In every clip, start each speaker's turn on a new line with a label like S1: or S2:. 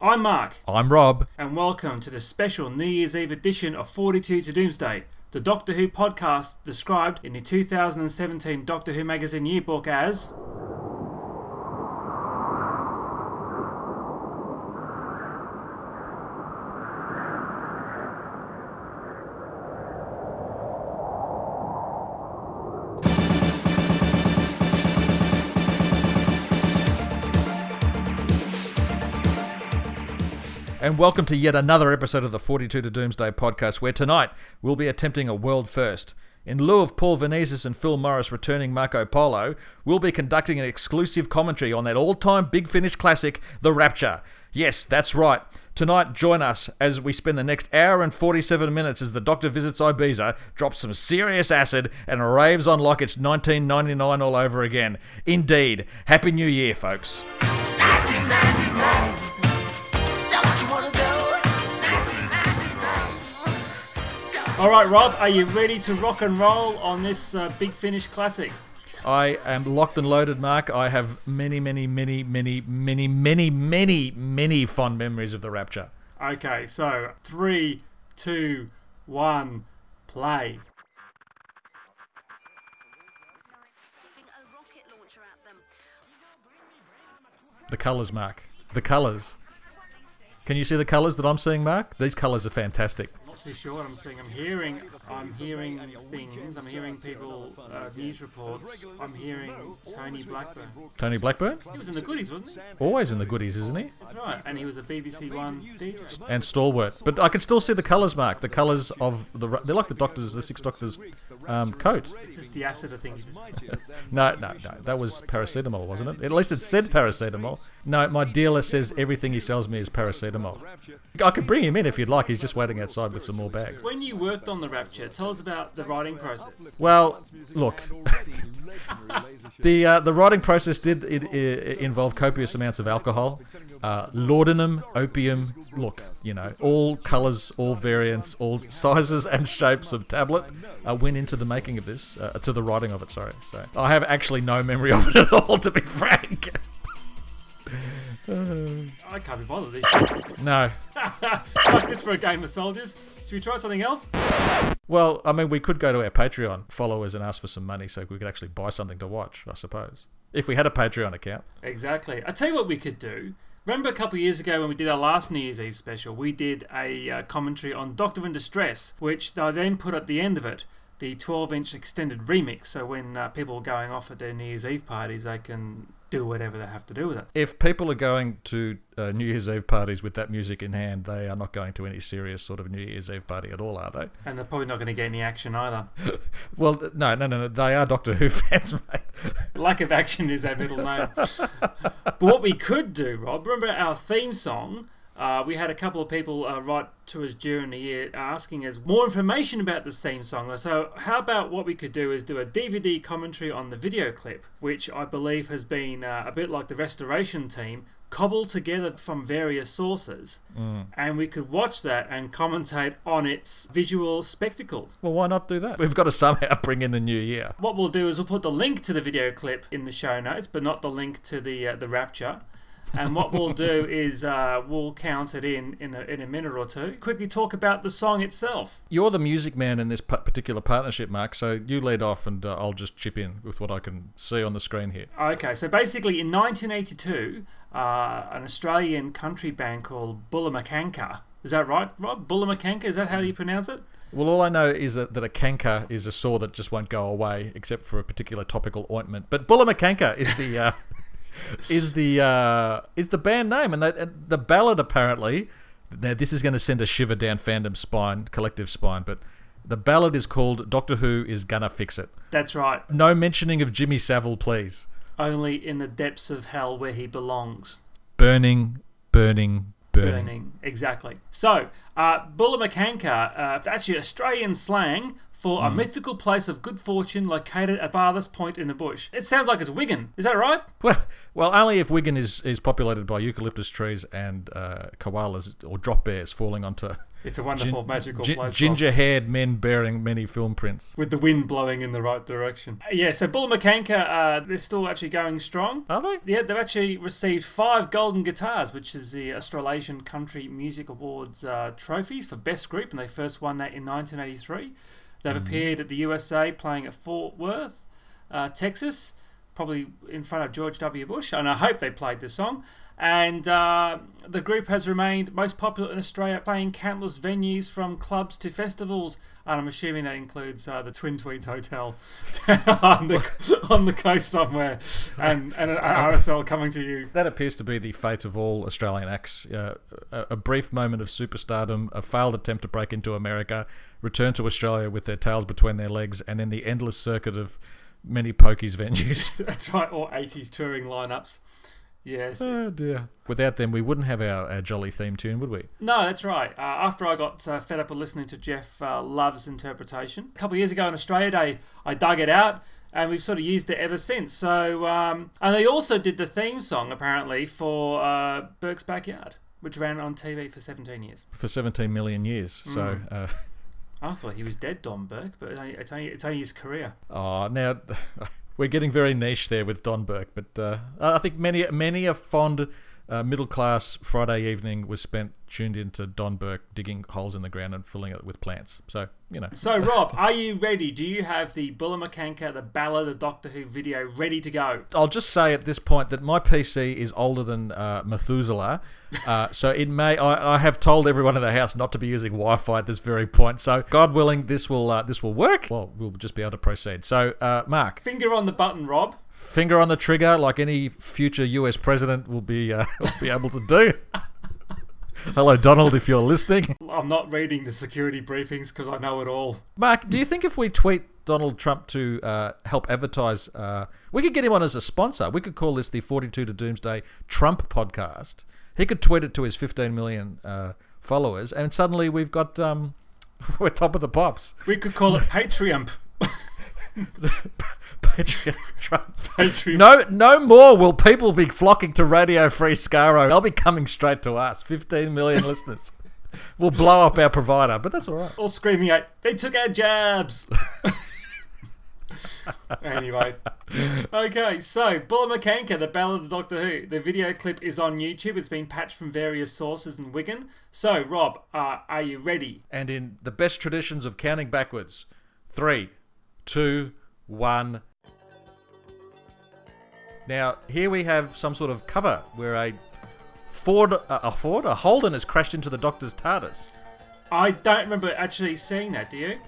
S1: I'm Mark,
S2: I'm Rob.
S1: and welcome to the special New Year's Eve edition of 42 to Doomsday, the Doctor Who podcast described in the 2017 Doctor Who Magazine yearbook as.
S2: And welcome to yet another episode of the 42 to Doomsday podcast, where tonight we'll be attempting a world first. In lieu of Paul Venezis and Phil Morris returning Marco Polo, we'll be conducting an exclusive commentary on that all time Big Finish classic, The Rapture. Yes, that's right. Tonight, join us as we spend the next hour and 47 minutes as the Doctor visits Ibiza, drops some serious acid, and raves on like it's 1999 all over again. Indeed. Happy New Year, folks.
S3: 1999. Don't you wanna go? 1999.
S1: Alright, Rob, are you ready to rock and roll on this uh, Big Finish classic?
S2: I am locked and loaded, Mark. I have many, many, many, many, many, many, many, many fond memories of the Rapture.
S1: Okay, so three, two, one, play.
S4: shooting a rocket launcher at them.
S2: The colours, Mark. The colours. Can you see the colours that I'm seeing, Mark? These colours are fantastic.
S1: Not too sure what I'm seeing. I'm hearing, I'm hearing things. I'm hearing people, uh, news reports. I'm hearing Tony Blackburn.
S2: Tony Blackburn,
S1: He was in the goodies, wasn't he?
S2: always in the goodies, isn't he?
S1: That's right. And he was a BBC One DJ.
S2: And stalwart. But I can still see the colours, Mark. The colours of the. Ra- They're like the Doctor's, the Six Doctor's um, coat.
S1: It's just the acid, I think.
S2: No, no, no. That was paracetamol, wasn't it? At least it said paracetamol. No, my dealer says everything he sells me is paracetamol. I could bring him in if you'd like. He's just waiting outside with some more bags.
S1: When you worked on the Rapture, tell us about the writing process.
S2: Well, look. the uh, the writing process did it, it involve copious amounts of alcohol, uh, laudanum, opium. Look, you know, all colours, all variants, all sizes and shapes of tablet uh, went into the making of this, uh, to the writing of it. Sorry, so I have actually no memory of it at all, to be frank.
S1: I can't be bothered with this.
S2: No.
S1: like this for a game of soldiers. Should we try something else?
S2: Well, I mean, we could go to our Patreon followers and ask for some money so we could actually buy something to watch, I suppose. If we had a Patreon account.
S1: Exactly. I tell you what we could do. Remember a couple of years ago when we did our last New Year's Eve special, we did a uh, commentary on Doctor in Distress, which I then put at the end of it the 12 inch extended remix. So when uh, people are going off at their New Year's Eve parties, they can do whatever they have to do with it.
S2: If people are going to uh, New Year's Eve parties with that music in hand, they are not going to any serious sort of New Year's Eve party at all, are they?
S1: And they're probably not going to get any action either.
S2: Well, th- no, no, no, no. They are Doctor Who fans, mate.
S1: Lack of action is our middle name. but what we could do, Rob, remember our theme song? Uh, we had a couple of people uh, write to us during the year asking us more information about this theme song. So, how about what we could do is do a DVD commentary on the video clip, which I believe has been uh, a bit like the restoration team, cobbled together from various sources. And we could watch that and commentate on its visual spectacle.
S2: Well, why not do that? We've got to somehow bring in the new year.
S1: What we'll do is we'll put the link to the video clip in the show notes, but not the link to the uh, the rapture. And what we'll do is uh, we'll count it in in a, in a minute or two. Quickly talk about the song itself.
S2: You're the music man in this pa- particular partnership, Mark. So you lead off, and uh, I'll just chip in with what I can see on the screen here.
S1: Okay, so basically in 1982, uh, an Australian country band called Bullamacanca. Is that right, Rob? Bullamacanca. Is that how you pronounce it?
S2: Well, all I know is that, that a canker is a sore that just won't go away, except for a particular topical ointment. But Bullamacanker is the uh, is the uh, is the band name, and, that, and the ballad apparently. Now, this is going to send a shiver down fandom's spine, collective spine. But the ballad is called "Doctor Who is Gonna Fix It."
S1: That's right.
S2: No mentioning of Jimmy Savile, please.
S1: Only in the depths of hell where he belongs.
S2: Burning, burning, burning.
S1: burning. Exactly. So, uh, Bullamacanca, uh, it's actually Australian slang for a mythical place of good fortune located at farthest point in the bush. It sounds like it's Wigan. Is that right?
S2: Well, well, only if Wigan is, is populated by eucalyptus trees and uh, koalas or drop bears falling onto
S1: It's a wonderful, magical
S2: gi-
S1: place. Rob.
S2: ginger-haired men bearing many film prints.
S1: With the wind blowing in the right direction. Uh, Yeah, so Bullamacanca, uh, they're still actually going strong.
S2: Are they?
S1: Yeah, they've actually received five golden guitars, which is the Australasian Country Music Awards uh, trophies for best group, and they first won that in 1983. They've appeared at the USA playing at Fort Worth, uh, Texas, probably in front of George W. Bush, and I hope they played this song. And uh, the group has remained most popular in Australia, playing countless venues from clubs to festivals. And I'm assuming that includes uh, the Twin Tweeds Hotel on, the, on the coast somewhere, and, and an RSL coming to you.
S2: That appears to be the fate of all Australian acts. Uh, a, a brief moment of superstardom, a failed attempt to break into America, return to Australia with their tails between their legs, and then the endless circuit of many pokies venues.
S1: That's right, or 80s touring lineups. Yes.
S2: oh dear. Without them, we wouldn't have our, our jolly theme tune, would we?
S1: No, that's right. Uh, after I got uh, fed up with listening to Jeff uh, Love's interpretation, a couple of years ago in Australia Day, I dug it out and we've sort of used it ever since. So, um, and they also did the theme song apparently for uh, Burke's Backyard, which ran on TV for 17 years.
S2: For 17 million years. So.
S1: Hmm.
S2: Uh,
S1: I thought he was dead, Don Burke, but it's only, it's only, it's only his career.
S2: Oh, now we're getting very niche there with Don Burke, but uh, I think many many a fond uh, middle class Friday evening was spent tuned into Don Burke digging holes in the ground and filling it with plants. So you know,
S1: So, Rob, are you ready? Do you have the Bullamacanca, the Ballad, the Doctor Who video ready to go?
S2: I'll just say at this point that my PC is older than uh, Methuselah, uh, so it may. I, I have told everyone in the house not to be using Wi-Fi at this very point. So God willing, this will uh, this will work. Well, we'll just be able to proceed. So uh, Mark,
S1: Finger on the button, Rob.
S2: finger on the trigger, like any future U.S. president will be uh, will be able to do. Hello, Donald, if you're listening.
S1: I'm not reading the security briefings because I know it all.
S2: Mark, do you think if we tweet Donald Trump to uh, help advertise, uh, we could get him on as a sponsor? We could call this the 42 to Doomsday Trump podcast. He could tweet it to his 15 million uh, followers, and suddenly we've got um, we're top of the pops.
S1: We could call it Patreon.
S2: Patreon Trump.
S1: Patreon.
S2: No, no more will people be flocking to Radio Free Scaro. They'll be coming straight to us. 15 million listeners. We'll blow up our provider, but that's all right.
S1: All screaming out, they took our jabs. anyway. Okay, so Bullamacanca, the Ballad of Doctor Who. The video clip is on YouTube. It's been patched from various sources in Wigan. So, Rob, uh, are you ready?
S2: And in the best traditions of counting backwards, three, two, one. Now, here we have some sort of cover where a Ford, a Ford, a Holden has crashed into the Doctor's TARDIS.
S1: I don't remember actually seeing that, do you?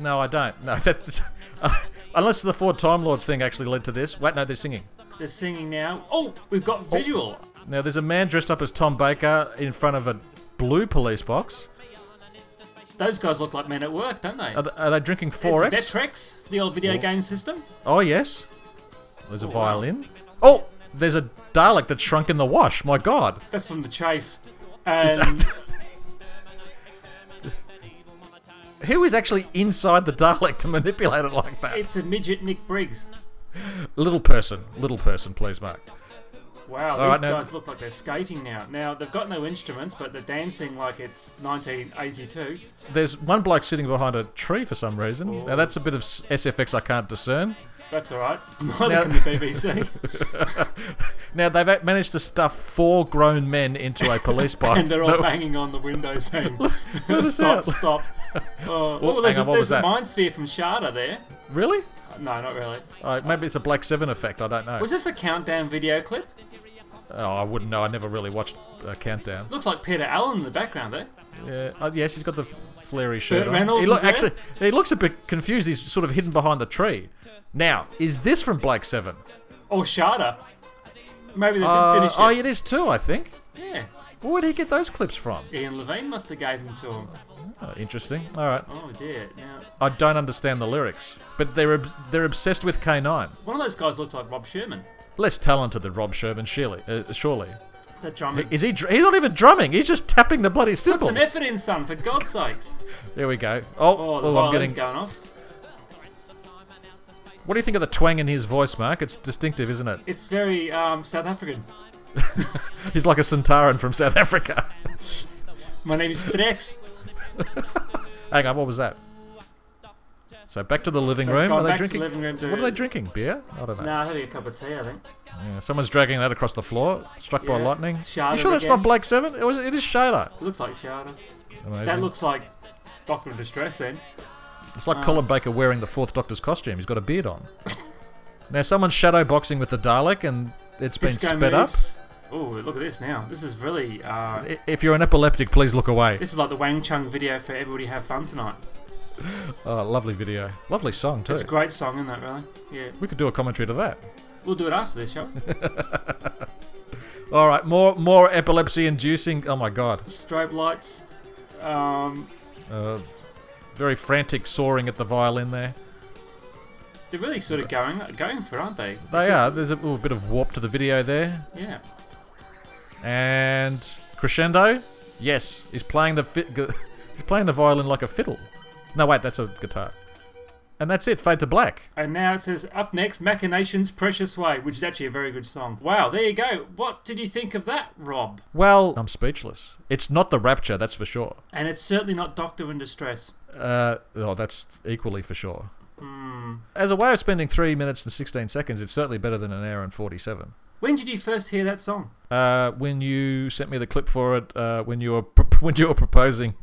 S2: No, I don't. No, that's uh, unless the Ford Time Lord thing actually led to this. Wait, no, they're singing.
S1: They're singing now. Oh, we've got visual.
S2: Now, there's a man dressed up as Tom Baker in front of a blue police box.
S1: Those guys look like men at work, don't they?
S2: Are they, are they drinking
S1: It's
S2: 4X?
S1: Vetrex for the old video game system.
S2: Oh, yes. There's a violin. Oh, there's a Dalek that's shrunk in the wash. My God.
S1: That's from The Chase. And
S2: Who is actually inside the Dalek to manipulate it like that?
S1: it's a midget Nick Briggs.
S2: Little person. Little person, please, Mark.
S1: Wow,
S2: All
S1: these
S2: right, now-
S1: guys look like they're skating now. Now they've got no instruments, but they're dancing like it's 1982.
S2: There's one bloke sitting behind a tree for some reason. Now, that's a bit of s- SFX I can't discern.
S1: That's all right. Neither
S2: Now-
S1: can the BBC
S2: Now, they've a- managed to stuff four grown men into a police box.
S1: and they're all
S2: that-
S1: banging on the window saying,
S2: us
S1: "Stop,
S2: out."
S1: stop." Oh, oh,
S2: hang
S1: there's,
S2: on,
S1: a,
S2: what was
S1: there's a
S2: that?
S1: mind sphere from Sharda there.
S2: Really?
S1: No, not really.
S2: Uh, maybe it's a Black Seven effect. I don't know.
S1: Was this a countdown video clip?
S2: Oh, I wouldn't know. I never really watched uh, Countdown.
S1: Looks like Peter Allen in the background there.
S2: Yeah. Oh, yes, he's got the flary shirt. on.
S1: Reynolds
S2: he loo-
S1: is there?
S2: actually, he looks a bit confused. He's sort of hidden behind the tree. Now, is this from Blake Seven?
S1: Or Sharda. Maybe they didn't
S2: Uh,
S1: finish it.
S2: oh, it is too. I think.
S1: Yeah.
S2: Where would he get those clips from?
S1: Ian Levine must have gave them to him.
S2: Oh, interesting. All right.
S1: Oh dear. Now,
S2: I don't understand the lyrics, but they're ob- they're obsessed with K9.
S1: one of those guys looks like Rob Sherman,
S2: Less talented than Rob Sherman, surely. Uh, surely.
S1: the drummer.
S2: Is he? Dr- he's not even drumming. He's just tapping the bloody
S1: Put
S2: cymbals.
S1: some effort in, son, for God's sakes.
S2: There we go. Oh,
S1: Oh, the
S2: oh, I'm
S1: violin's
S2: getting
S1: going off.
S2: What do you think of the twang in his voice, Mark? It's distinctive, isn't it?
S1: It's very um, South African.
S2: He's like a Centauran from South Africa.
S1: My name is Strex.
S2: Hang on, what was that? So back to the living
S1: They've
S2: room.
S1: gone
S2: Are they
S1: back to the living
S2: drinking?
S1: room to-
S2: what are they drinking? Beer? I don't know.
S1: Nah, having a cup of tea, I think.
S2: Yeah, someone's dragging that across the floor, struck by
S1: Yeah.
S2: lightning.
S1: Shadow
S2: you sure that's
S1: again.
S2: not Blake Seven? It was. It is Shader.
S1: Looks like Shada.
S2: Amazing.
S1: That looks like Doctor of Distress then.
S2: It's
S1: uh,
S2: like Colin Baker wearing the Fourth Doctor's costume. He's got a beard on. now someone's shadow boxing with the Dalek, and it's been
S1: Disco
S2: sped
S1: moves. Oh, look at this now. This is really. Uh,
S2: up. I- If you're an epileptic, please look away.
S1: this is like the Wang Chung video for Everybody Have Fun Tonight.
S2: Oh, lovely video, lovely song too.
S1: It's a great song, isn't that, really? Yeah.
S2: We could do a commentary to that.
S1: We'll do it after this, shall we?
S2: All right, more more epilepsy-inducing. Oh my god,
S1: Strobe lights. Um,
S2: uh, very frantic soaring at the violin there.
S1: they're really sort of going going for it, aren't they?
S2: They are. There's a little bit of warp to the video there,
S1: Yeah.
S2: and crescendo. Yes, he's playing the fi- gu- he's playing the violin like a fiddle. No, wait, that's a guitar. And that's it. Fade to black.
S1: And now it says, up next, Machinations Precious Way, which is actually a very good song. Wow, there you go. What did you think of that, Rob?
S2: Well, I'm speechless. It's not the rapture, that's for sure.
S1: And it's certainly not Doctor in Distress.
S2: Uh, oh, that's equally for sure.
S1: Hmm.
S2: As a way of spending three minutes and 16 seconds, it's certainly better than an hour and 47.
S1: When did you first hear that song?
S2: Uh, when you sent me the clip for it, uh, when you were pro- when you were proposing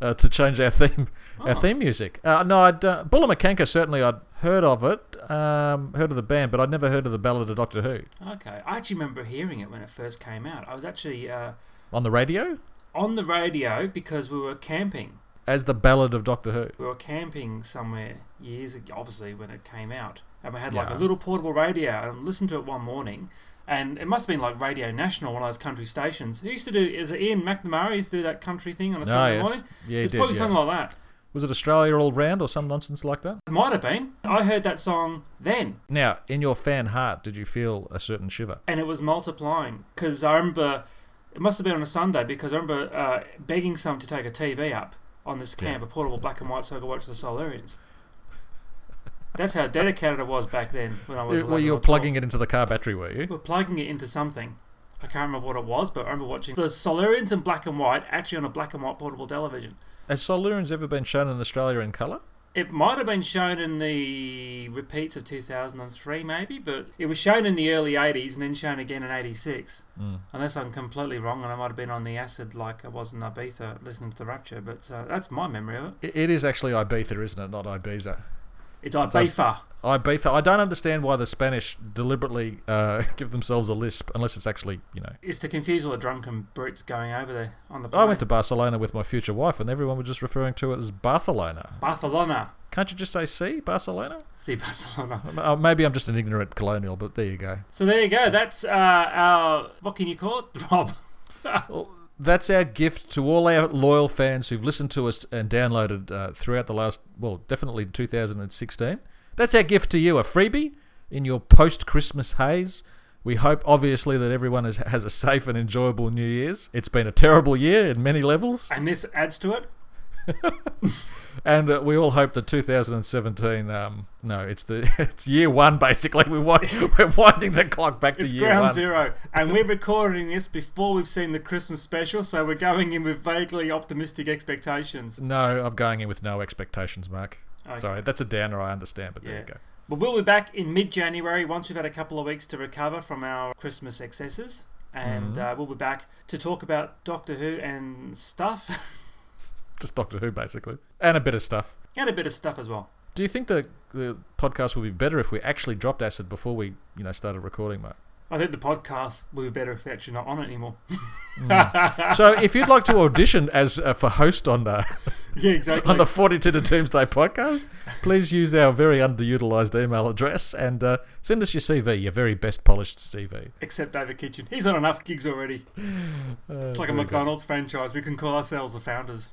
S2: uh, to change our theme our
S1: Oh,
S2: theme music, uh, no, I'd uh, Bulla McCanker certainly I'd heard of it, um, heard of the band, but I'd never heard of the Ballad of Doctor Who
S1: Okay, I actually remember hearing it when it first came out. I was actually uh,
S2: on the radio
S1: on the radio because we were camping.
S2: as the Ballad of Doctor Who.
S1: We were camping somewhere years ago, obviously, when it came out. And we had like
S2: Yeah.
S1: a little portable radio and I listened to it one morning. And it must have been like Radio National, one of those country stations. Who used to do, is it Ian McNamara used to do that country thing on a Sunday
S2: yes.
S1: morning?
S2: Yeah, he
S1: it's
S2: did,
S1: probably
S2: yeah.
S1: something like that.
S2: Was it Australia All Round or some nonsense like that?
S1: It might have been. I heard that song then,
S2: Now, in your fan heart, did you feel a certain shiver?
S1: and it was multiplying because I remember it must have been on a Sunday because I remember uh, begging someone to take a TV up on this camp, a portable black and white, so I could watch the Solarians. That's how dedicated I was back then when I was. "Oh,
S2: Well, you were plugging it into the car battery, were you?
S1: We're plugging it into something. I can't remember what it was, but I remember watching the Solarians in black and white, actually on a black and white portable television.
S2: Has Solarians ever been shown in Australia in colour?
S1: It might have been shown in the repeats of 2003, maybe, but it was shown in the early 80s and then shown again in 86. Mm. Unless I'm completely wrong and I might have been on the acid like I was in Ibiza listening to The Rapture, but uh, that's my memory of it.
S2: I- It is actually Ibiza, isn't it? Not Ibiza.
S1: It's Ibiza.
S2: Ibiza. I don't understand why the Spanish deliberately uh, give themselves a lisp, unless it's actually, you know.
S1: It's to confuse all the drunken Brits going over there on the plane.
S2: I went to Barcelona with my future wife, and everyone was just referring to it as Barcelona.
S1: Barcelona.
S2: Can't you just say "see Barcelona"?
S1: See Barcelona.
S2: M- uh, Maybe I'm just an ignorant colonial, but there you go.
S1: So there you go. That's uh, our, what can you call it, Rob?
S2: That's our gift to all our loyal fans who've listened to us and downloaded uh, throughout the last, well, definitely 2016. That's our gift to you, a freebie in your post Christmas haze. We hope, obviously, that everyone has, has a safe and enjoyable New Year's. It's been a terrible year in many levels,
S1: and this adds to it.
S2: and uh, we all hope that 2017. Um, no, it's the it's year one basically. We're, wi- we're winding the clock back to
S1: It's
S2: year
S1: ground
S2: one.
S1: zero, and we're recording this before we've seen the Christmas special, so we're going in with vaguely optimistic expectations.
S2: No, I'm going in with no expectations, Mark.
S1: Okay.
S2: Sorry, that's a downer. I understand, but there
S1: Yeah.
S2: you go.
S1: But we'll be back in mid January once we've had a couple of weeks to recover from our Christmas excesses, and
S2: Mm-hmm.
S1: uh, we'll be back to talk about Doctor Who and stuff,
S2: just Doctor Who basically, and a bit of stuff.
S1: and a bit of stuff as well.
S2: Do you think the the podcast would be better if we actually dropped acid before we you know started recording, Mark?
S1: I think the podcast will be better if we're actually not on it anymore.
S2: So if you'd like to audition as uh, for host on the
S1: yeah, exactly.
S2: on the Forty Two to Doomsday podcast, please use our very underutilized email address and uh, send us your CV, your very best polished CV.
S1: Except David Kitchen. He's on enough gigs already. it's
S2: Oh,
S1: like a McDonald's franchise. We can call ourselves the founders.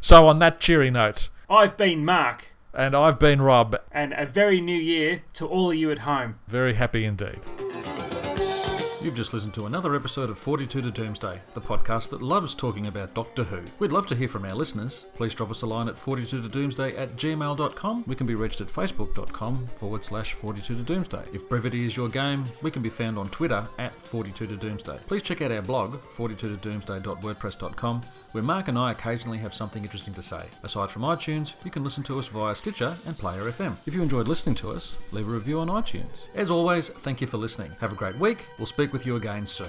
S2: So on that cheery note,
S1: I've been Mark.
S2: and I've been Rob,
S1: and a very new year to all of you at home.
S2: very happy indeed. You've just listened to another episode of 42 to Doomsday, the podcast that loves talking about Doctor Who. We'd love to hear from our listeners. Please drop us a line at 42 to Doomsday at gmail.com. We can be reached at facebook.com forward slash 42 to Doomsday. If brevity is your game, we can be found on Twitter at 42 to Doomsday. Please check out our blog, 42 to doomsday.wordpress.com, where Mark and I occasionally have something interesting to say. Aside from iTunes, you can listen to us via Stitcher and Player FM. If you enjoyed listening to us, leave a review on iTunes. As always, thank you for listening. Have a great week. We'll speak with you again soon.